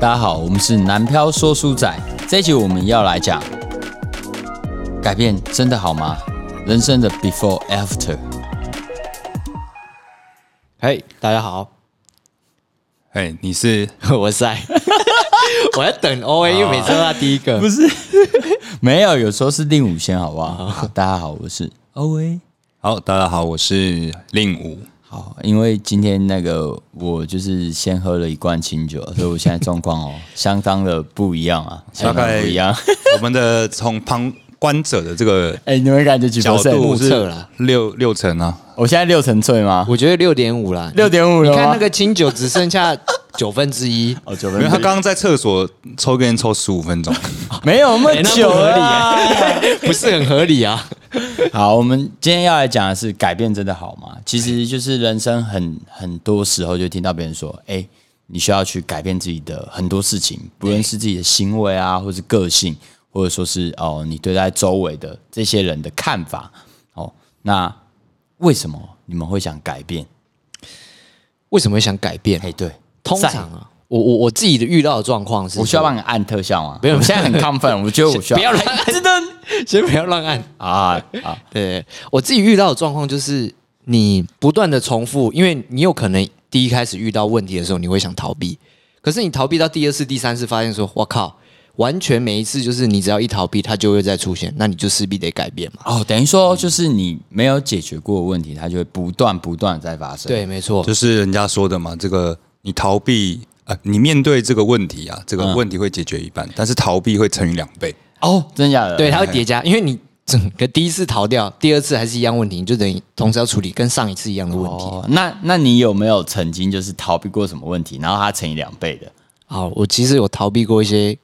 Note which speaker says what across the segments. Speaker 1: 大家好，我们是南漂说书仔。这一集我们要来讲，改变真的好吗？人生的 before after。
Speaker 2: 嘿大家好，
Speaker 3: 哎、你是
Speaker 2: 我是爱， 我在等
Speaker 1: 啊
Speaker 2: O A，因为每次都他第一个。 不是，
Speaker 1: 没有，有时候是令武先，好不好？好大家好，我是欧威。
Speaker 3: 好，大家好，我是令武。
Speaker 1: 好，因为今天那个我就是先喝了一罐清酒，所以我现在状 况哦相当的不一样啊，
Speaker 3: 大
Speaker 1: 相当
Speaker 3: 概
Speaker 1: 不一样。，
Speaker 3: 我们的从旁观者的这个
Speaker 1: 哎、你们感觉举
Speaker 3: 角
Speaker 1: 不是很
Speaker 3: 度
Speaker 2: 目测
Speaker 3: 是
Speaker 2: 啦
Speaker 3: 六六成啊，
Speaker 1: 我现在六成醉吗？
Speaker 2: 我觉得六点五啦，
Speaker 1: 六点五
Speaker 2: 你
Speaker 1: 了吗？
Speaker 2: 看那个清酒只剩下九分 之一，
Speaker 1: 哦，九
Speaker 3: 因为
Speaker 1: 分
Speaker 3: 他刚刚在厕所抽根烟抽十五 分钟，
Speaker 1: 没有那
Speaker 2: 哎
Speaker 1: 么久了啊、
Speaker 2: 不是很合理啊。
Speaker 1: 好，我们今天要来讲的是改变真的好吗？其实就是人生很很多时候就听到别人说，哎、你需要去改变自己的很多事情，不论是自己的行为啊，或是个性，或者说是哦，你对待周围的这些人的看法。哦，那为什么你们会想改变？
Speaker 2: 为什么会想改变
Speaker 1: 哎、？对，
Speaker 2: 通常啊，我我我自己的遇到的状况是，
Speaker 1: 我需要帮你按特效吗？
Speaker 2: 没有
Speaker 1: 我现在很 亢奋，我觉得我需要
Speaker 2: 不要 乱按， 先不要乱按。
Speaker 1: 啊啊！
Speaker 2: 对我自己遇到的状况就是，你不断的重复，因为你有可能第一开始遇到问题的时候，你会想逃避，可是你逃避到第二次、第三次，发现说，我靠，完全每一次就是你只要一逃避，它就会再出现，那你就势必得改变嘛。
Speaker 1: 哦，等于说就是你没有解决过的问题，它就会不断不断地在发生。
Speaker 2: 对，没错，
Speaker 3: 就是人家说的嘛，这个你逃避呃，你面对这个问题啊，这
Speaker 2: 嗯
Speaker 3: 个问题会解决一半，但是逃避会乘以两倍。
Speaker 1: 哦，真假的？
Speaker 2: 对，它会叠加，因为你整个第一次逃掉，第二次还是一样问题，你就等于同时要处理跟上一次一样的问题。
Speaker 1: 哦，那那你有没有曾经就是逃避过什么问题，然后它乘以两倍的？
Speaker 2: 好，我其实有逃避过一些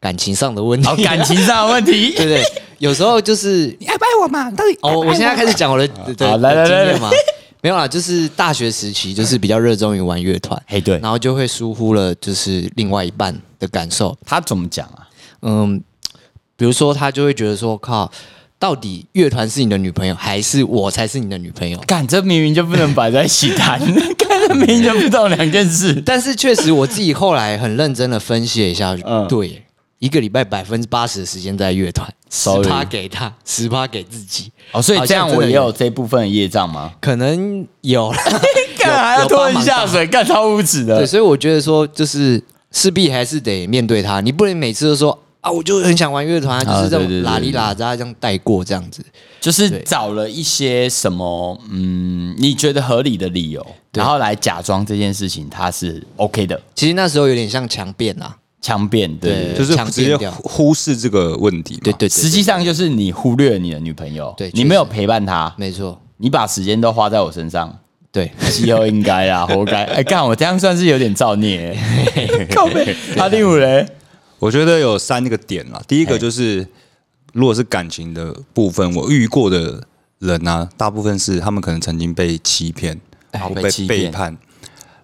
Speaker 2: 感情上的问 题，
Speaker 1: 哦，感情上的问题。
Speaker 2: 对不对？有时候就是
Speaker 3: 你爱不爱我嘛？到底
Speaker 2: 哦，我现在开始讲我的对
Speaker 1: 好来来来
Speaker 2: 经验嘛，没有啦，就是大学时期就是比较热衷于玩乐团，
Speaker 1: 嘿，哎对，
Speaker 2: 然后就会疏忽了就是另外一半的感受，
Speaker 1: 他怎么讲啊？
Speaker 2: 嗯，比如说他就会觉得说靠，到底乐团是你的女朋友还是我才是你的女朋友？
Speaker 1: 干，这明明就不能摆在一起谈， 干，这明明就不懂两件事。
Speaker 2: 但是确实我自己后来很认真的分析了一下，
Speaker 1: 嗯
Speaker 2: 对耶。一个礼拜百分之八十的时间在乐团，十
Speaker 1: Sorry
Speaker 2: 趴给他，十趴给自己。
Speaker 1: 哦，所以
Speaker 2: 好
Speaker 1: 这
Speaker 2: 像
Speaker 1: 样
Speaker 2: 真
Speaker 1: 我
Speaker 2: 的
Speaker 1: 也有这部分的业障吗？
Speaker 2: 可能有 啦，
Speaker 1: 干，还要拖人下水，干超无耻
Speaker 2: 对，
Speaker 1: 的。
Speaker 2: 所以我觉得说，就是势必还是得面对它，你不能每次都说啊，我就很想玩乐团啊，
Speaker 1: 啊
Speaker 2: 就是这
Speaker 1: 对对对
Speaker 2: 种拉里拉扎这样带过这样子。
Speaker 1: 就是
Speaker 2: 对
Speaker 1: 找了一些什么，嗯，你觉得合理的理由，
Speaker 2: 对
Speaker 1: 然后来假装这件事情它是 OK 的，
Speaker 2: 其实那时候有点像强辩啊啦，
Speaker 1: 强辩，对
Speaker 2: 对
Speaker 3: 就是
Speaker 2: 强
Speaker 3: 直接
Speaker 2: 调掉
Speaker 3: 忽忽视这个问题嘛。
Speaker 2: 对对对，
Speaker 1: 实际上就是你忽略了你的女朋友，
Speaker 2: 对确
Speaker 1: 你
Speaker 2: 实
Speaker 1: 没有陪伴她，
Speaker 2: 没错，
Speaker 1: 你把时间都花在我身上，
Speaker 2: 对，
Speaker 1: 以后应该 啦，活该。哎，干我这样算是有点造孽。靠 背，阿第五嘞，
Speaker 3: 我觉得有三个点啦。第一个就是，如果是感情的部分，我遇过的人啊，大部分是他们可能曾经被欺骗，然后
Speaker 1: 哎被
Speaker 3: 被
Speaker 1: 欺骗
Speaker 3: 背叛，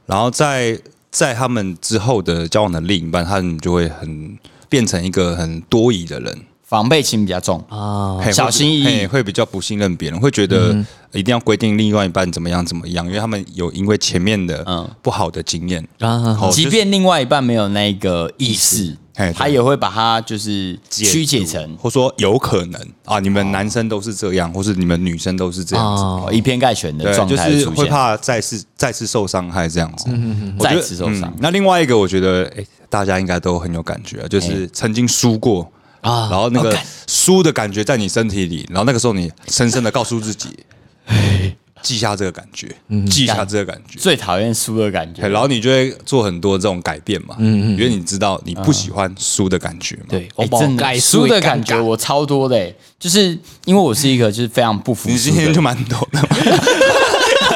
Speaker 3: 然后在在他们之后的交往的另一半，他们就会很变成一个很多疑的人，
Speaker 1: 防备心比较重，
Speaker 3: 哦
Speaker 2: 啊，
Speaker 3: 嘿
Speaker 1: 哦小心翼翼嗯
Speaker 3: 会嘿会比较不信任别人，会觉得哎一定要规定另外一半怎么样怎么样，因为他们有因为前面
Speaker 1: 嗯
Speaker 3: 的不好的经验，哦
Speaker 2: 啊
Speaker 3: 好
Speaker 1: 即便另外一半没有那个意识
Speaker 3: 哎，
Speaker 1: 他也会把它就是曲解成
Speaker 3: 或说有可能啊，你们男生都是这样，或是你们女生都是这样子。
Speaker 2: 啊，
Speaker 1: 哦以偏概全的
Speaker 3: 对，
Speaker 1: 状
Speaker 3: 就
Speaker 1: 态
Speaker 3: 是
Speaker 1: 出
Speaker 3: 会
Speaker 1: 现，嗯
Speaker 3: 怕再次再次受伤害这样子，我觉得
Speaker 1: 再次受伤
Speaker 3: 嗯那另外一个，我觉得诶大家应该都很有感觉啊，就是
Speaker 1: 哎
Speaker 3: 曾经输过
Speaker 2: 啊
Speaker 3: 啊，然后那
Speaker 1: 哦
Speaker 3: 个输的感觉在你身体里，然后那个时候你深深的告诉自己，
Speaker 1: 哎
Speaker 3: 记下这个感觉，
Speaker 1: 嗯
Speaker 3: 记下这个感觉。
Speaker 1: 最讨厌输的感觉
Speaker 3: 嘿。然后你就会做很多这种改变嘛，
Speaker 1: 嗯
Speaker 3: 因为你知道你不喜欢输的感觉嘛。
Speaker 2: 对，
Speaker 1: 哎
Speaker 2: 我把
Speaker 1: 真
Speaker 2: 改
Speaker 1: 的输的感觉
Speaker 2: 我
Speaker 1: 我超多的、欸，就是因为我是一个就是非常不服输的
Speaker 3: 你
Speaker 1: 人。
Speaker 3: 今天就蛮多的，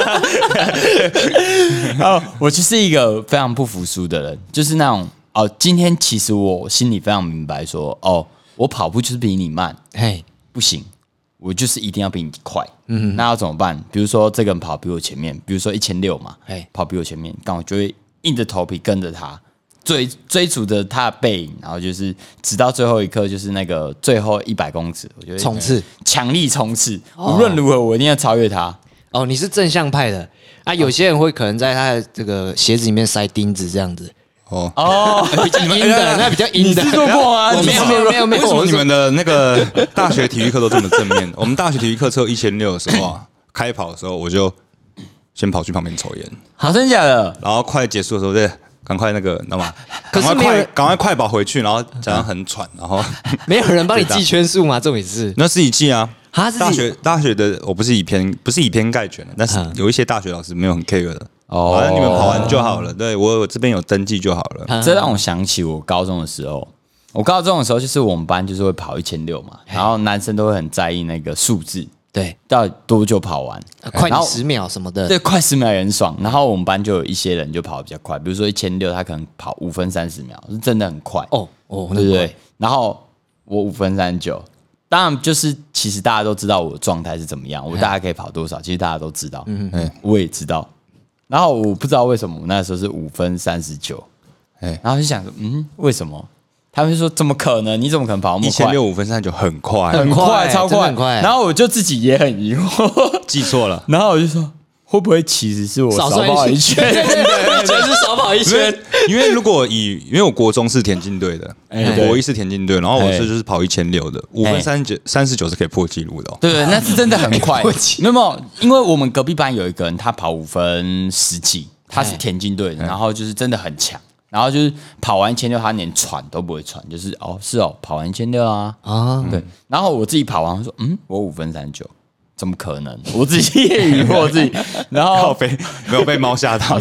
Speaker 1: 哦，我就是一个非常不服输的人，就是那种哦，今天其实我心里非常明白说，哦，我跑步就是比你慢，
Speaker 2: 嘿，
Speaker 1: 不行，我就是一定要比你快。嗯，那要怎么办？比如说这个人跑比我前面，比如说一千六嘛，
Speaker 2: 哎
Speaker 1: 跑比我前面，刚我就会硬着头皮跟着他，追追逐着他的背影，然后就是直到最后一刻，就是那个最后一百公尺，我觉得
Speaker 2: 冲刺
Speaker 1: 强力冲刺，无论如何我一定要超越他。
Speaker 2: 哦，你是正向派的啊，有些人会可能在他的这个鞋子里面塞钉子这样子，
Speaker 3: 哦，
Speaker 1: 哦，
Speaker 2: 比较阴的，那比较
Speaker 1: 你
Speaker 2: 阴的。
Speaker 1: 制作过啊吗？
Speaker 2: 我
Speaker 1: 你
Speaker 2: 啊没有
Speaker 1: 制作
Speaker 2: 没有没有没
Speaker 3: 为
Speaker 2: 有，
Speaker 3: 什么
Speaker 2: 我
Speaker 3: 你
Speaker 2: 是
Speaker 3: 们的那个大学体育课都这么正面？ 我们大学体育课只有一千六的时 候啊，开跑的时候我就先跑去旁边抽烟，
Speaker 1: 好，真假的？
Speaker 3: 然后快结束的时候再赶快那个，那么
Speaker 2: 可
Speaker 3: 赶
Speaker 2: 是没
Speaker 3: 快
Speaker 2: 有
Speaker 3: 快
Speaker 2: 人啊
Speaker 3: 赶快快跑回去，然后假装很喘，然后
Speaker 2: 没有人帮你记圈数吗？重点是
Speaker 3: 那自己记啊。
Speaker 2: 啊自己
Speaker 3: 大学大学的我不是以偏不是以偏概全的，但是
Speaker 2: 嗯
Speaker 3: 有一些大学老师没有很 care 的，
Speaker 1: 哦
Speaker 3: 反正你们跑完就好了。对我我这边有登记就好
Speaker 2: 啊
Speaker 3: 了。
Speaker 1: 这让我想起我高中的时候。我高中的时候，就是我们班就是会跑一千六嘛，然后男生都会很在意那个数字，
Speaker 2: 对，
Speaker 1: 到底多久跑完
Speaker 2: 啊，快
Speaker 1: 哎然
Speaker 2: 你
Speaker 1: 后
Speaker 2: 十秒什么的，
Speaker 1: 对，快十秒也很爽。然后我们班就有一些人就跑得比较快，比如说一千六，他可能跑五分三十秒，是真的很快
Speaker 2: 哦哦，那
Speaker 1: 对不
Speaker 2: 个
Speaker 1: 对？然后我五分三十九，当然就是其实大家都知道我的状态是怎么样，我大概可以跑多少，其实大家都知道，嗯嗯，我也知道。然后我不知道为什么我那时候是五分三十九，
Speaker 3: 哎
Speaker 1: 然后就想说，嗯，为什么？他们就说怎么可能？你怎么可能跑那
Speaker 3: 一
Speaker 1: 么
Speaker 3: 千
Speaker 1: 快？
Speaker 3: 六五分三九很快，
Speaker 2: 很快
Speaker 1: 超
Speaker 2: 真的
Speaker 1: 快，
Speaker 2: 很快
Speaker 1: 然后我就自己也很疑惑，
Speaker 3: 记错了。
Speaker 1: 然后我就说，会不会其实是我少跑一圈？
Speaker 2: 对对
Speaker 1: 哎
Speaker 2: 对，就是少跑一
Speaker 3: 因为。 因为如果以因为我国中是田径队的，
Speaker 1: 哎对
Speaker 3: 国一是田径队，然后我
Speaker 1: 哎
Speaker 3: 是就是跑一千六的，五分三九三十九是可以破纪录的哦。
Speaker 1: 对对，那是真的很快。那么，因为我们隔壁班有一个人，他跑五分十几，他是田径队的，然后就是真的很强，然后就是跑完一千六，他连喘都不会喘，就是哦是哦，跑完一千六啊，
Speaker 2: 啊，
Speaker 1: 对。然后我自己跑完，我说嗯，我五分三九，怎么可能？ 我自己也疑惑自己，然后
Speaker 3: 靠背没有被 猫吓到，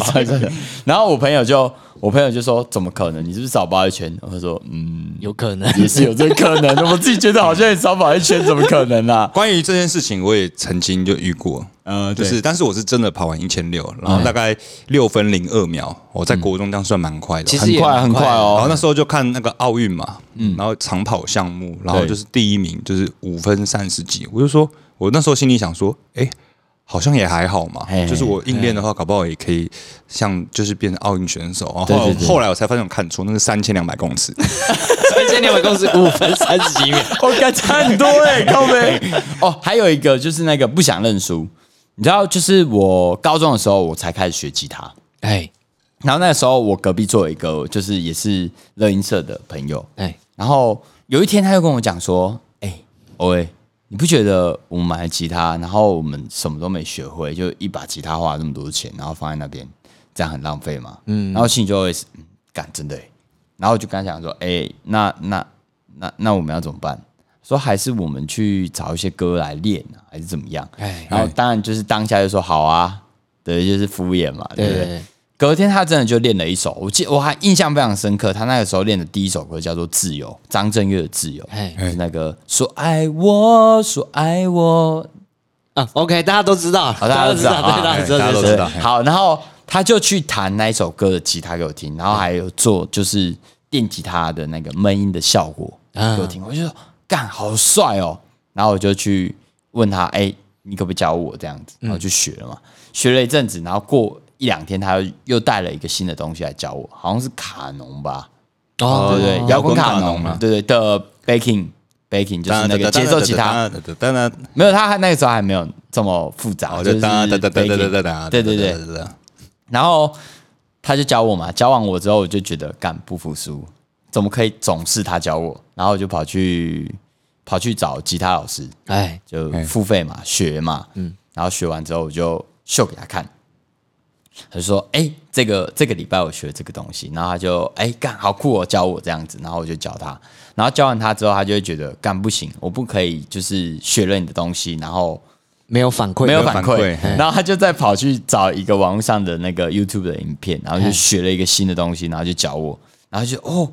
Speaker 1: 然后我朋友就我朋友就说怎么可能？你是不是少跑一圈？我说嗯。
Speaker 2: 有可能
Speaker 1: 也是有这个可能的。我自己觉得好像也少跑一圈，怎么可能啊？
Speaker 3: 关于这件事情，我也曾经就遇过，
Speaker 1: 嗯
Speaker 3: 就
Speaker 1: 对哎
Speaker 3: 是，但是我是真的跑完一千六，然后大概六分零二秒，我在国中这样算蛮快的。
Speaker 2: 其实
Speaker 1: 很
Speaker 2: 也
Speaker 1: 快
Speaker 2: 蛮
Speaker 1: 很快
Speaker 2: 快的
Speaker 3: 然后
Speaker 1: 哦，
Speaker 3: 那时候就看那个奥运嘛，嗯，然后长跑项目，然后
Speaker 1: 对
Speaker 3: 就是第一名就是五分三十几，我就说，我那时候心里想说，哎，好像也还好嘛
Speaker 1: 嘿，
Speaker 3: 就是我硬练的话，搞不好也可以像就是变成奥运选手。然后
Speaker 1: 对
Speaker 3: 后
Speaker 1: 对对
Speaker 3: 来后来我才发现我看错，那是三千两百公尺，
Speaker 2: 三千两百公尺五分三十几秒，
Speaker 1: 我感觉差很多哎、欸，靠背。哦，还有一个就是那个不想认输，你知道，就是我高中的时候我才开始学吉他，
Speaker 2: 哎
Speaker 1: 然后那时候我隔壁坐有一个就是也是乐音社的朋友，
Speaker 2: 哎，
Speaker 1: 然后有一天他就跟我讲说：“哎、欧威，你不觉得我们买了吉他，然后我们什么都没学会，就一把吉他花了那么多钱，然后放在那边，这样很浪费吗？”嗯，然后心里就会是嗯，干真的欸。然后我就跟他讲说：“哎、那那那那我们要怎么办？”说还是我们去找一些歌来练啊，还是怎么样？
Speaker 2: 哎
Speaker 1: 然后当然就是当下就说好啊，对，就是敷衍嘛，对不
Speaker 2: 对对
Speaker 1: 对？
Speaker 2: 对，
Speaker 1: 隔天他真的就练了一首，我记我还印象非常深刻。他那个时候练的第一首歌叫做《自由》，张震岳的《自由》，
Speaker 2: 哎
Speaker 1: 就是那个说爱我，说爱我，
Speaker 2: 啊，OK，大家哦都知道，
Speaker 1: 好，大家都知道，
Speaker 2: 对，大
Speaker 1: 啊哎
Speaker 2: 家都知道，
Speaker 3: 大家都知道
Speaker 1: 对好，然后他就去弹那一首歌的吉他给我听，然后还有做就是电吉他的那个闷音的效果
Speaker 2: 啊
Speaker 1: 给我听，我就说干好帅哦，然后我就去问他，哎、你可不可以教我这样子？然后就学了嘛，学了一阵子，然后过一两天，他又又带了一个新的东西来教我，好像是卡农吧？
Speaker 2: 哦
Speaker 1: 对对，
Speaker 2: 对对，
Speaker 1: 摇滚卡
Speaker 3: 摇
Speaker 1: 农
Speaker 3: 滚卡农
Speaker 1: 嘛
Speaker 3: 嘛，
Speaker 1: 对对的 backing backing 就是那个节奏吉他，
Speaker 3: 当然
Speaker 1: 没有，他还那个时候还没有这么复杂，
Speaker 3: 我
Speaker 1: 就
Speaker 3: 哦就是哒哒哒哒哒
Speaker 1: baking
Speaker 3: 哒哒，
Speaker 1: 对对对。
Speaker 3: 对，
Speaker 1: 然后他就教我嘛，教完我之后，我就觉得干不服输，怎么可以总是他教我？然后我就跑去跑去找吉他老师，
Speaker 2: 哎，
Speaker 1: 就付费嘛，学嘛，嗯，然后学完之后我就秀给他看，他就说，哎、这个这个礼拜我学这个东西，然后他就，哎、干好酷哦，教我这样子，然后我就教他，然后教完他之后，他就会觉得干不行，我不可以就是学了你的东西，然后
Speaker 2: 没有反馈，
Speaker 1: 没有
Speaker 3: 反
Speaker 1: 反
Speaker 3: 馈
Speaker 1: 馈，
Speaker 3: 嘿
Speaker 1: 然后他就再跑去找一个网络上的那个 YouTube 的影片，然后就学了一个新的东西，然后就教我，然后就哦，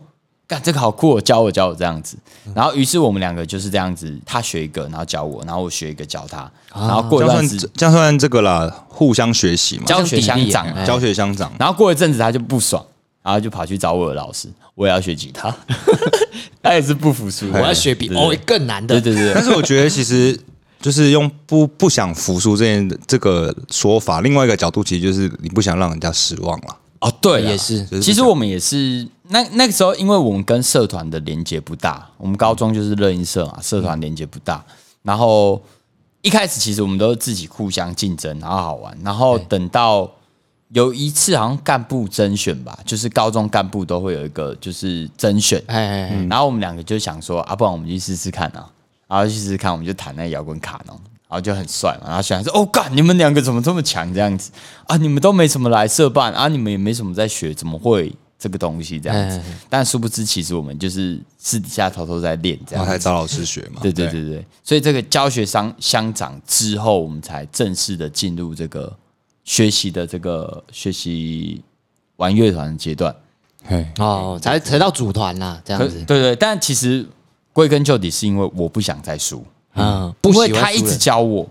Speaker 1: 干这个好酷、哦，教我教我这样子，然后于是我们两个就是这样子，他学一个，然后教我，然后我学一个教他，然后过
Speaker 3: 这
Speaker 1: 一
Speaker 3: 样
Speaker 1: 段时
Speaker 3: 算这样算这个啦，互相学习嘛，
Speaker 1: 教学相长
Speaker 2: 这样
Speaker 1: 啊
Speaker 2: 砥砺，
Speaker 3: 教学相长。
Speaker 1: 然后过一阵子他就不爽，然后就跑去找我的老师，我也要学吉 他，他也是不服输，
Speaker 2: 我要学比哦更难的，
Speaker 1: 对对对
Speaker 3: 但
Speaker 1: 对，
Speaker 3: 是我觉得其实就是用不不想服输这件这个说法，另外一个角度其实就是你不想让人家失望了。
Speaker 1: 哦对啦，
Speaker 2: 也是
Speaker 3: 就是
Speaker 1: 其实我们也是那那个时候，因为我们跟社团嗯的连接不大，我们高中就是乐音社嘛，社团连接不大，然后一开始其实我们都是自己互相竞争，然后好玩，然后等到有一次好像干部甄选吧，就是高中干部都会有一个就是甄选，
Speaker 2: 哎哎哎，
Speaker 1: 然后我们两个就想说啊，不然我们去试试看啊，然后去试试看，我们就弹那摇滚卡农，然后就很帅嘛，然后想说哦干，你们两个怎么这么强这样子啊？你们都没什么来社办啊，你们也没什么在学，怎么会这个东西这样子？但殊不知其实我们就是私底下偷偷在练这样
Speaker 3: 然后才
Speaker 1: 子。
Speaker 3: 找老师学嘛。
Speaker 1: 对对对对，所以这个教学商乡长之后，我们才正式的进入这个学习的这个学习玩乐团的阶段。
Speaker 3: 嘿，
Speaker 2: 哦，才才到组团啦，这样
Speaker 1: 可
Speaker 2: 子
Speaker 1: 对，对，但其实归根究底是因为我不想再输，
Speaker 2: 嗯，
Speaker 1: 因为
Speaker 2: 喜欢
Speaker 1: 他
Speaker 2: 输嗯
Speaker 1: 一直
Speaker 2: 人
Speaker 1: 教我，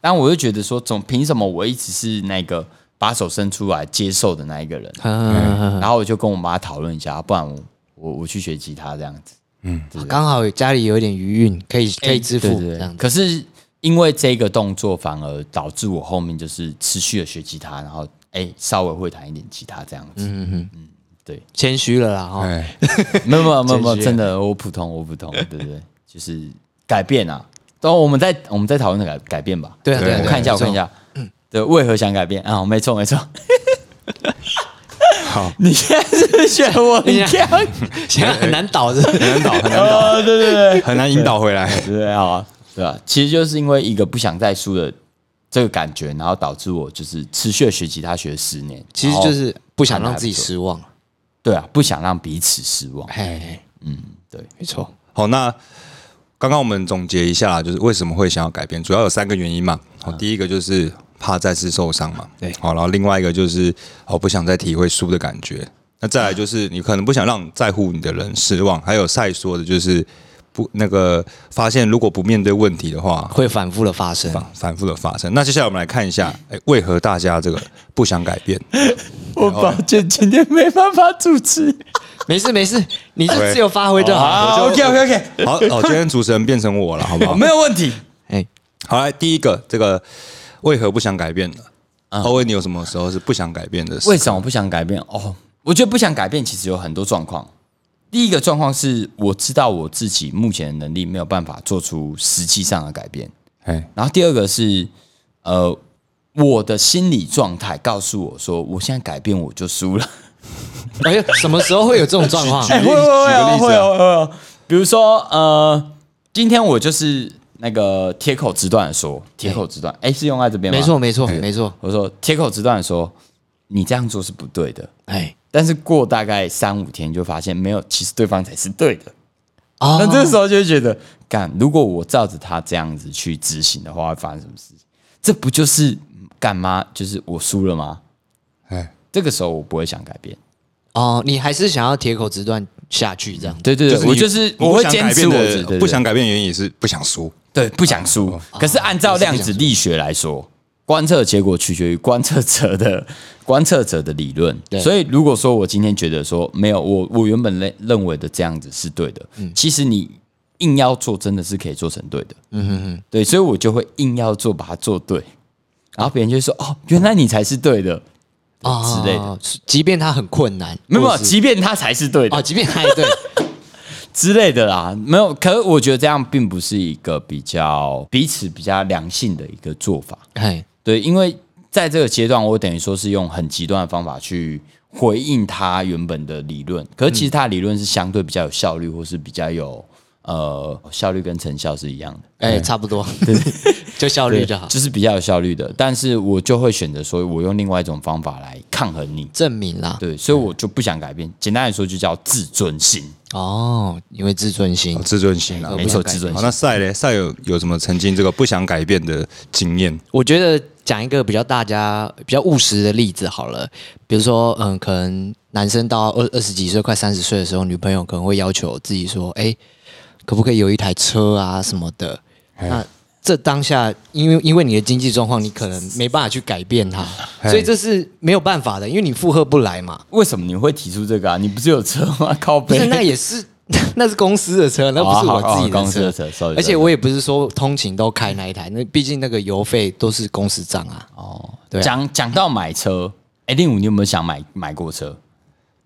Speaker 1: 但我就觉得说，总凭什么我一直是那个把手伸出来接受的那一个人？
Speaker 2: 嗯，
Speaker 1: 然后我就跟我妈讨论一下，啊不然我我我去学吉他这样子，
Speaker 2: 刚好家里有一点余韵，可以可以支
Speaker 1: 哎对
Speaker 2: 付
Speaker 1: 对
Speaker 2: 这
Speaker 1: 对。
Speaker 2: 样子。
Speaker 1: 可是因为这个动作，反而导致我后面就是持续的学吉他，然后哎稍微会弹一点吉他这样
Speaker 2: 嗯
Speaker 1: 子。
Speaker 2: 谦虚了啦哦哈，
Speaker 3: 哎，
Speaker 1: 没有没有没有没有，
Speaker 2: 真是啊
Speaker 1: 真的我普通我普通， 对不对？就是改变啊。然后我们在我们在讨论的改改变吧。
Speaker 2: 对啊对啊
Speaker 1: 我看一下
Speaker 2: 对啊
Speaker 1: 我看一下，对，为何想改变啊？没错没 错。
Speaker 3: 好，
Speaker 1: 你现在是不是觉得我很强？
Speaker 2: 现在很啊难倒是不是
Speaker 3: 很难导，很难
Speaker 1: 哦，对对对，
Speaker 3: 很难引导回来。
Speaker 1: 对好啊，对啊，其实就是因为一个不想再输的这个感觉，然后导致我就是持续地学吉他学了十年，
Speaker 2: 其实
Speaker 1: 然后
Speaker 2: 就是不想让自己失望。
Speaker 1: 对啊，不想让彼此失望。
Speaker 2: 哎，
Speaker 1: 对，
Speaker 2: 没错，
Speaker 3: 好，那刚刚我们总结一下，就是为什么会想要改变，主要有三个原因嘛。好，第一个就是怕再次受伤嘛，
Speaker 2: 对
Speaker 3: 好，然后另外一个就是哦，不想再体会输的感觉。那再来就是你可能不想让在乎你的人失望，还有赛说的就是不那个发现，如果不面对问题的话，
Speaker 2: 会反复的发生。
Speaker 3: 反啊反复的发生。那接下来我们来看一下，哎、为何大家这个不想改变？
Speaker 1: 我抱歉，今天没办法主持。
Speaker 2: 没事没事，你就自由发挥就好。
Speaker 1: 好，OK OK OK，
Speaker 3: 哦好，哦，今天主持人变成我了，好不好？
Speaker 1: 没有问题。
Speaker 2: 哎，
Speaker 3: 好来，第一个，这个为何不想改变呢？欧文，你有什么时候是不想改变的时
Speaker 1: 啊
Speaker 3: 刻？
Speaker 1: 为什么不想改变？哦，我觉得不想改变其实有很多状况。第一个状况是我知道我自己目前的能力没有办法做出实际上的改变，
Speaker 3: 哎，
Speaker 1: 然后第二个是呃我的心理状态告诉我说我现在改变我就输了。
Speaker 2: 哎呦，什么时候会有这种状况？
Speaker 1: 哎，
Speaker 3: 举
Speaker 1: 会
Speaker 3: 个
Speaker 1: 会
Speaker 3: 例
Speaker 1: 会哦会
Speaker 3: 举个例子啊
Speaker 1: 哦会哦。比如说呃，今天我就是那个铁口直断的说，铁口直断，哎，是用在这边吗？
Speaker 2: 没错，没
Speaker 3: 哎
Speaker 2: 错没错，
Speaker 1: 我说铁口直断的说，你这样做是不对的。
Speaker 2: 哎，
Speaker 1: 但是过大概三五天就发现没有，其实对方才是对的。
Speaker 2: 啊
Speaker 3: 哦
Speaker 1: 那这时候就会觉得，干，如果我照着他这样子去执行的话，会发生什么事情？这不就是嗯干嘛？就是我输了吗？
Speaker 3: 哎，
Speaker 1: 这个时候我不会想改变。
Speaker 2: 哦，你还是想要铁口直断下去这样。
Speaker 1: 对对对，
Speaker 3: 你
Speaker 1: 我就是
Speaker 3: 你
Speaker 1: 我会
Speaker 3: 不想
Speaker 1: 坚
Speaker 3: 改
Speaker 1: 持
Speaker 3: 变
Speaker 1: 我
Speaker 3: 的
Speaker 1: 自己，对对
Speaker 3: 不想改变的原因也是不想输。
Speaker 1: 对不想输。可是按照量子力学来说，观测结果取决于观测者的 观测者的理论。所以如果说我今天觉得说没有我我原本认认为的这样子是对的，其实你硬要做真的是可以做成对的。嗯哼哼，对，所以我就会硬要做把它做对，然后别人就会说哦，原来你才是对的。
Speaker 2: 啊
Speaker 1: 之类
Speaker 2: 的，即便它很困难，
Speaker 1: 没有，没
Speaker 2: 或
Speaker 1: 有
Speaker 2: 是
Speaker 1: 即便他才是对的
Speaker 2: 哦，即便还对，
Speaker 1: 之类的啦，没有。可是我觉得这样并不是一个比较彼此比较良性的一个做法。
Speaker 2: 哎，
Speaker 1: 对，因为在这个阶段，我等于说是用很极端的方法去回应他原本的理论，可是其实
Speaker 2: 嗯
Speaker 1: 他的理论是相对比较有效率，或是比较有呃效率跟成效是一样的，
Speaker 2: 哎，差不多， 就效率就好，
Speaker 1: 就是比较有效率的。但是我就会选择说，我用另外一种方法来抗衡你。
Speaker 2: 证明啦。
Speaker 1: 对，所以我就不想改变。简单来说，就叫自尊心。
Speaker 2: 哦，因为自尊心
Speaker 3: 有，自尊心啊，
Speaker 1: 没错，自尊
Speaker 3: 好，
Speaker 1: 心。
Speaker 3: 那赛嘞，赛有有什么曾经这个不想改变的经验？
Speaker 2: 我觉得讲一个比较大家比较务实的例子好了，比如说，嗯，可能男生到二二十几岁、快三十岁的时候，女朋友可能会要求自己说，哎，可不可以有一台车啊什么的？那这当下，因为因为你的经济状况，你可能没办法去改变它，所以这是没有办法的，因为你负荷不来嘛。
Speaker 1: 为什么你会提出这个啊？你不是有车吗？ 靠
Speaker 2: 不
Speaker 1: 背
Speaker 2: 是，那也是 那是公司的车，那不是
Speaker 1: 哦好
Speaker 2: 我自己
Speaker 1: 哦公司的
Speaker 2: 的
Speaker 1: 车，sorry，
Speaker 2: 而且
Speaker 1: sorry
Speaker 2: 我也不是说通勤都开那一台，那毕竟那个油费都是公司账啊。
Speaker 1: 哦，
Speaker 2: 对啊
Speaker 1: 讲讲到买车，哎，令武，你有没有想买买过车？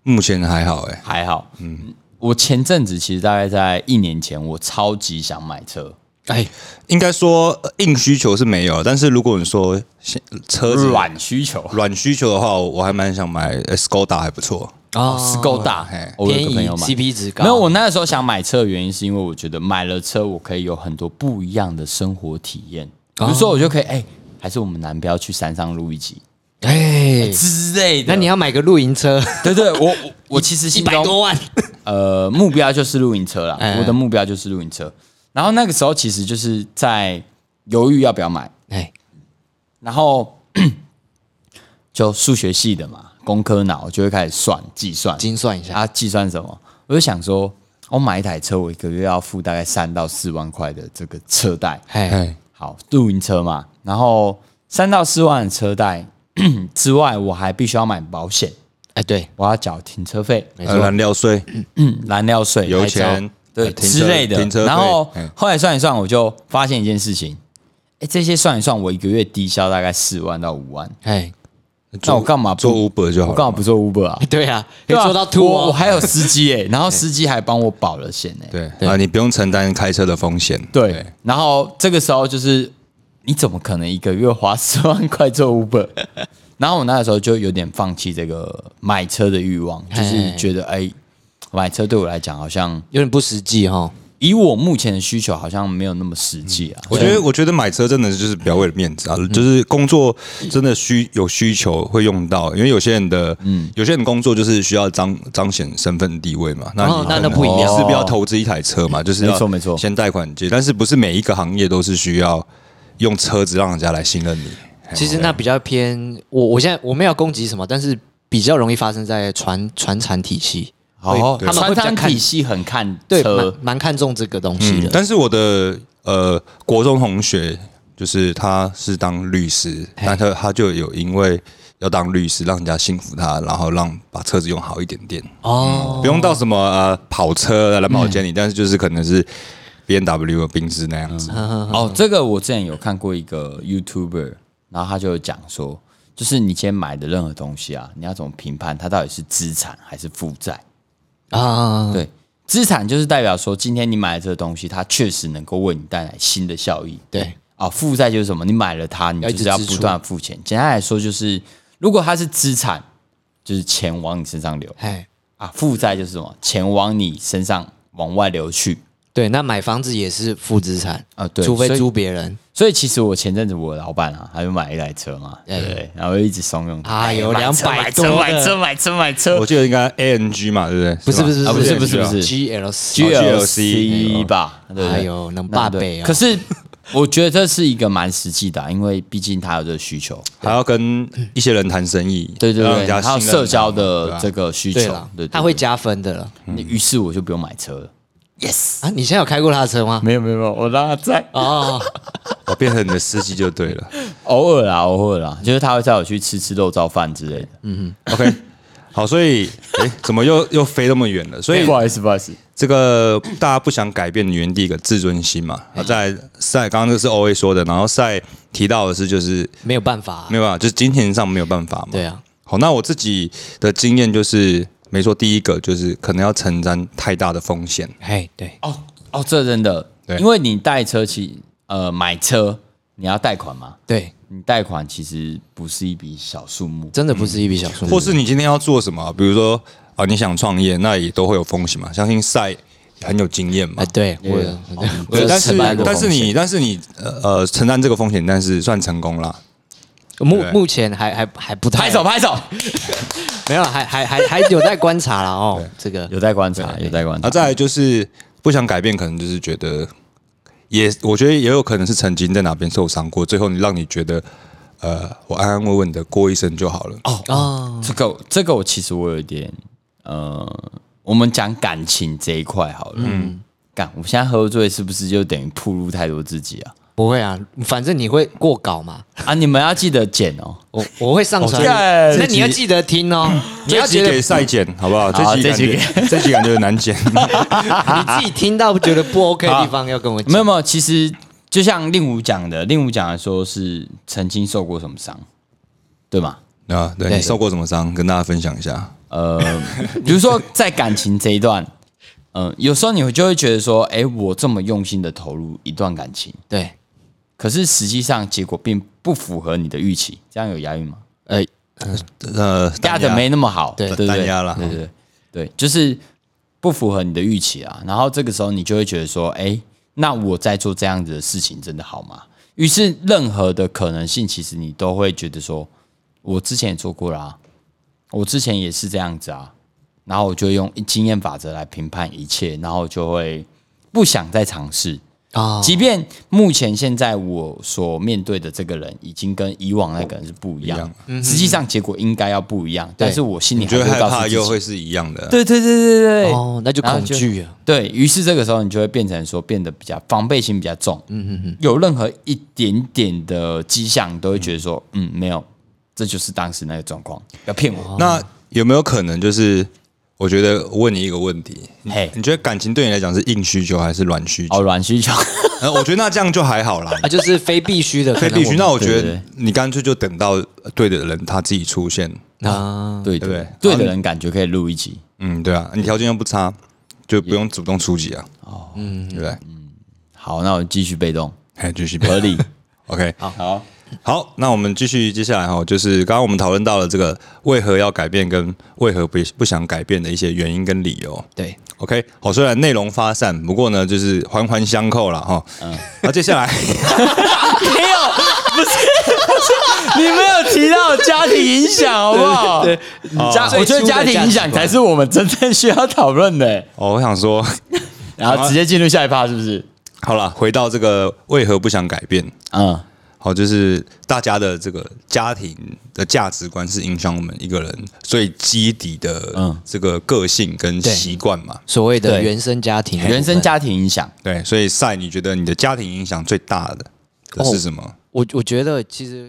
Speaker 3: 目前还好哎、
Speaker 1: 还好，嗯，我前阵子其实大概在一年前，我超级想买车，
Speaker 2: 哎，
Speaker 3: 应该说呃硬需求是没有，但是如果你说现车子
Speaker 1: 软需求
Speaker 3: 软需求的话，我还蛮想买呃 Skoda，还不错。
Speaker 2: 哦
Speaker 1: 是够大
Speaker 3: 嘿，
Speaker 1: 我有
Speaker 2: 便
Speaker 1: 一个
Speaker 2: 宜
Speaker 1: 朋友买。
Speaker 2: ，CP 值高。
Speaker 1: 没有，我那个时候想买车的原因是因为我觉得买了车，我可以有很多不一样的生活体验。比
Speaker 2: 哦
Speaker 1: 如说，我就可以哎、还是我们南标去山上录一集
Speaker 2: 哎，
Speaker 1: 之类的。
Speaker 2: 那你要买个露 营车，
Speaker 1: 对对，我我我其实心中
Speaker 2: 万，
Speaker 1: 呃，目标就是露营车啦
Speaker 2: 哎，
Speaker 1: 我的目标就是露营车。然后那个时候其实就是在犹豫要不要买，
Speaker 2: 哎，
Speaker 1: 然后 就数学系的嘛，工科脑就会开始算计算，
Speaker 2: 精算一下，
Speaker 1: 啊，计算什么？我就想说，我买一台车，我一个月要付大概三到四万块的这个车贷。
Speaker 2: 哎，
Speaker 3: 哎，
Speaker 1: 好，露营车嘛，然后三到四万的车贷 之外，我还必须要买保险，
Speaker 2: 哎，对，
Speaker 1: 我要缴停车费、
Speaker 2: 没
Speaker 3: 呃
Speaker 2: 错，
Speaker 3: 燃料税、
Speaker 1: 嗯燃料税、
Speaker 3: 油
Speaker 1: 牌照
Speaker 3: 钱
Speaker 1: 对
Speaker 3: 呃停车
Speaker 1: 之类的
Speaker 3: 停车。费
Speaker 1: 然后
Speaker 3: 嗯
Speaker 1: 后来算一算，我就发现一件事情，哎，这些算一算，我一个月低消大概四万到五万。
Speaker 2: 哎，
Speaker 1: 那我干嘛不
Speaker 3: 做 Uber 就好
Speaker 1: 我
Speaker 3: 了？
Speaker 1: 干嘛不做 Uber 啊？
Speaker 2: 对啊， 可以
Speaker 1: 对啊
Speaker 2: 做到吐
Speaker 1: 我我
Speaker 2: 哦，
Speaker 1: 还有司机哎、 然后司机还帮我保了险哎、
Speaker 3: 对啊，你不用承担开车的风险。
Speaker 1: 对，然后这个时候就是你怎么可能一个月花十万块做 Uber？然 后我那个时候就有点放弃这个买车的欲望，就是觉得哎，买车对我来讲好像
Speaker 2: 有点不实际哦哈。
Speaker 1: 以我目前的需求好像没有那么实际
Speaker 2: 嗯
Speaker 1: 啊。
Speaker 3: 我觉得，我觉得买车真的就是比较为了面子啊，就是工作真的需有需求会用到，因为有些人的，嗯，有些人工作就是需要彰彰显身份地位嘛。那你
Speaker 2: 哦那
Speaker 3: 可
Speaker 2: 那
Speaker 3: 能
Speaker 2: 不一样
Speaker 3: 你势必要投资一台车嘛，就是要
Speaker 1: 没错没错
Speaker 3: 先贷款借，但是不是每一个行业都是需要用车子让人家来信任你。
Speaker 1: 哎
Speaker 2: 其实那比较偏我，我现在我没有攻击什么，但是比较容易发生在传传产体系，
Speaker 1: 哦，
Speaker 2: 他们会
Speaker 1: 传
Speaker 2: 比较
Speaker 1: 统
Speaker 2: 看
Speaker 1: 体系很看
Speaker 2: 对，
Speaker 1: 车
Speaker 2: 蛮蛮看重这个东西
Speaker 3: 嗯
Speaker 2: 的。
Speaker 3: 但是我的呃国中同学，就是他是当律师，但他他就有因为要当律师，让人家信服他，然后让把车子用好一点点。
Speaker 1: 嗯
Speaker 2: 哦，
Speaker 3: 不用到什么呃跑车、蓝宝坚尼，但是就是可能是 B N W 宾士那样子。
Speaker 2: 嗯
Speaker 1: 哦，这个我之前有看过一个 YouTuber，然后他就有讲说，就是你今天买的任何东西啊，你要怎么评判它到底是资产还是负债？
Speaker 2: 啊，
Speaker 1: 对，资产就是代表说，今天你买的这个东西，它确实能够为你带来新的效益。
Speaker 2: 对，
Speaker 1: 啊，负债就是什么？你买了它，你
Speaker 2: 要一
Speaker 1: 就
Speaker 2: 直
Speaker 1: 是要
Speaker 2: 支
Speaker 1: 不
Speaker 2: 出
Speaker 1: 断地付钱。简单来说，就是如果它是资产，就是钱往你身上流
Speaker 2: 哎，
Speaker 1: 啊；负债就是什么？钱往你身上往外流去。
Speaker 2: 对，那买房子也是负资产
Speaker 1: 啊对
Speaker 2: 除非
Speaker 1: 所以
Speaker 2: 租别人。
Speaker 1: 所以其实我前阵子我老板啊，他就买了一台车嘛，对不对？然后我就一直怂恿他，
Speaker 2: 哎呦
Speaker 1: 买车
Speaker 2: 200
Speaker 1: 买车
Speaker 2: 多的
Speaker 1: 买车买车买车
Speaker 3: 我记得应该 A N G 嘛，对不对？
Speaker 2: 不是不是
Speaker 1: 啊
Speaker 2: 不是
Speaker 1: 呃不是不是不是
Speaker 2: G L C
Speaker 1: GLC 吧，对不对
Speaker 2: 哎呦能霸北啊
Speaker 1: 可是我觉得这是一个蛮实际的啊、因为毕竟他有这个需求，
Speaker 3: 还要跟一些人谈生意，
Speaker 1: 对对
Speaker 3: 让
Speaker 1: 对
Speaker 3: 人家，
Speaker 1: 还有
Speaker 3: 信任他
Speaker 1: 社交
Speaker 3: 对
Speaker 1: 的
Speaker 3: 吧
Speaker 1: 这个需求
Speaker 2: 对了，，
Speaker 1: 对，对
Speaker 2: 他会，嗯加分的了
Speaker 1: 对于是我就不用买车了。Yes，
Speaker 2: 啊！你现在有开过他的车吗？
Speaker 1: 没有没有没有，我让他在
Speaker 2: 哦，
Speaker 3: 我变成你的司机就对了。
Speaker 1: 偶尔啦，偶尔啦，就是他会带我去吃吃肉燥饭之类的。
Speaker 3: OK，好，所以哎，怎么又又飞那么远了？所以
Speaker 1: 不好意思，不好意思，
Speaker 3: 这个大家不想改变的原地一个自尊心嘛。
Speaker 2: 嗯
Speaker 3: 啊在赛刚刚那个是 O A 说的，然后赛提到的是就是
Speaker 2: 没有办法啊，
Speaker 3: 没有办法，就是金钱上没有办法嘛。
Speaker 2: 对啊，
Speaker 3: 好，那我自己的经验就是，没错，第一个就是可能要承担太大的风险，
Speaker 2: 哎，对，
Speaker 1: 哦哦，这真的
Speaker 3: 对，
Speaker 1: 因为你贷车其呃买车你要贷款嘛，
Speaker 2: 对，
Speaker 1: 你贷款其实不是一笔小数目，
Speaker 2: 真的不是一笔小数目，
Speaker 3: 或是你今天要做什么，比如说啊，你想创业，那也都会有风险嘛。相信赛很有经验嘛
Speaker 2: 哎，，对，我有
Speaker 1: 对哦
Speaker 3: 对，但是
Speaker 1: 承担过
Speaker 3: 但是
Speaker 1: 风险
Speaker 3: 你但是你呃呃承担这个风险，但是算成功啦。
Speaker 2: 目
Speaker 3: 对
Speaker 2: 目前还还还不太
Speaker 1: 拍
Speaker 3: 哎
Speaker 1: 手拍手，
Speaker 2: 没有，还还还还有在观察了哦，这个
Speaker 1: 有待观察，有待观
Speaker 3: 然后
Speaker 1: 察。
Speaker 3: 再来就是不想改变，可能就是觉得也，我觉得也有可能是曾经在哪边受伤过，最后你让你觉得呃，我安安稳稳的过一生就好了。哦，
Speaker 2: 哦，
Speaker 1: 这个这个我其实我有一点呃，我们讲感情这一块好了。嗯，干，我现在喝醉是不是就等于暴露太多自己啊？
Speaker 2: 不会啊，反正你会过稿嘛，
Speaker 1: 啊，你们要记得剪 哦。
Speaker 2: 我我会上传，
Speaker 1: 哦这
Speaker 2: 那你要记得 听哦，你
Speaker 3: 这
Speaker 2: 要
Speaker 3: 集
Speaker 2: 觉得
Speaker 3: 给赛剪好不好？
Speaker 1: 好
Speaker 3: 这集感觉这集感觉很难剪。
Speaker 2: 你自己听到觉得不 OK 的地方要跟我讲，
Speaker 1: 啊没有没有，其实就像令武讲的，令武讲的说是曾经受过什么伤，对吗？
Speaker 3: 啊，对
Speaker 2: 对
Speaker 3: 你受过什么伤？跟大家分享一下。
Speaker 1: 呃，比如说在感情这一段，嗯，有时候你会就会觉得说，哎、我这么用心的投入一段感情，
Speaker 2: 对，
Speaker 1: 可是实际上结果并不符合你的预期，这样有押韵吗？
Speaker 2: 呃，
Speaker 3: 呃，
Speaker 1: 压
Speaker 3: 单
Speaker 1: 的
Speaker 3: 压
Speaker 1: 没那么好，
Speaker 2: 对
Speaker 1: 对不
Speaker 3: 单
Speaker 1: 对？
Speaker 3: 压啦
Speaker 1: 对对对对，就是不符合你的预期啊。然后这个时候你就会觉得说，哎，那我在做这样子的事情真的好吗？于是任何的可能性，其实你都会觉得说，我之前也做过啦、我之前也是这样子啊。然后我就用经验法则来评判一切，然后就会不想再尝试。
Speaker 2: 啊，
Speaker 1: 即便目前现在我所面对的这个人已经跟以往那个人是不一
Speaker 3: 一
Speaker 1: 样
Speaker 3: 样，嗯
Speaker 1: 实际上结果应该要不一样，但是我心里
Speaker 3: 你
Speaker 1: 还是
Speaker 3: 觉得
Speaker 1: 会
Speaker 3: 害
Speaker 1: 告
Speaker 3: 怕
Speaker 1: 诉
Speaker 3: 又
Speaker 1: 自己，
Speaker 3: 会是一样的，
Speaker 1: 对对对对对对，
Speaker 2: 哦，那就
Speaker 1: 然后
Speaker 2: 恐惧啊，
Speaker 1: 对于是这个时候，你就会变成说变得比较防备心比较重，嗯嗯嗯，有任何一点点的迹象，你都会觉得说，嗯，没有，这就是当时那个状况，哦要骗我，
Speaker 3: 那有没有可能就是？我觉得我问你一个问题，你
Speaker 1: 嘿
Speaker 3: 你觉得感情对你来讲是硬需求还是软
Speaker 1: 哎
Speaker 3: 需
Speaker 1: 哦，哎
Speaker 3: 求？
Speaker 1: 软需求，
Speaker 3: 呃，我觉得那这样就还 好啦，
Speaker 2: 啊，就是非必须的，
Speaker 3: 非必须。那我觉
Speaker 1: 对对
Speaker 3: 得你干脆就等到对的人他自己出现。
Speaker 2: 那啊，
Speaker 1: 嗯对
Speaker 3: 对不
Speaker 1: 对
Speaker 3: 对
Speaker 1: 对的人感觉可以录一集，
Speaker 3: 嗯，对啊，你条件又不差，就不用主动出击啊。哦，嗯，对不对？
Speaker 1: 好，那我继续被动，
Speaker 3: 还继续
Speaker 1: 合理，
Speaker 3: OK，
Speaker 1: 好，
Speaker 3: 好，那我们继续接下来哈、哦，就是刚刚我们讨论到了这个为何要改变跟为何不不想改变的一些原因跟理由。
Speaker 2: 对，
Speaker 3: OK，好，虽然内容发散，不过呢，就是环环相扣了哈、嗯，那接下来
Speaker 1: 没有，不是，不是， 你没有提到家庭影响，好不好？对，家，
Speaker 2: 最
Speaker 1: 我觉得
Speaker 2: 初的
Speaker 1: 家庭影
Speaker 2: 价
Speaker 1: 响
Speaker 2: 值观
Speaker 1: 才是我们真正需要讨论的。
Speaker 3: 哦，我想说，
Speaker 1: 然后直接进入下一趴，是不是？
Speaker 3: 好了，回到这个为何不想改变，
Speaker 1: 嗯，
Speaker 3: 好，就是大家的这个家庭的价值观是影响我们一个人最基底的
Speaker 1: 嗯
Speaker 3: 这个个性跟
Speaker 2: 对
Speaker 3: 习惯嘛。
Speaker 2: 所谓的
Speaker 1: 对
Speaker 2: 原生家庭，
Speaker 1: 原生，家庭影响，
Speaker 3: 对，所以赛，你觉得你的家庭影响最大的的是什么？
Speaker 2: 我我觉得其实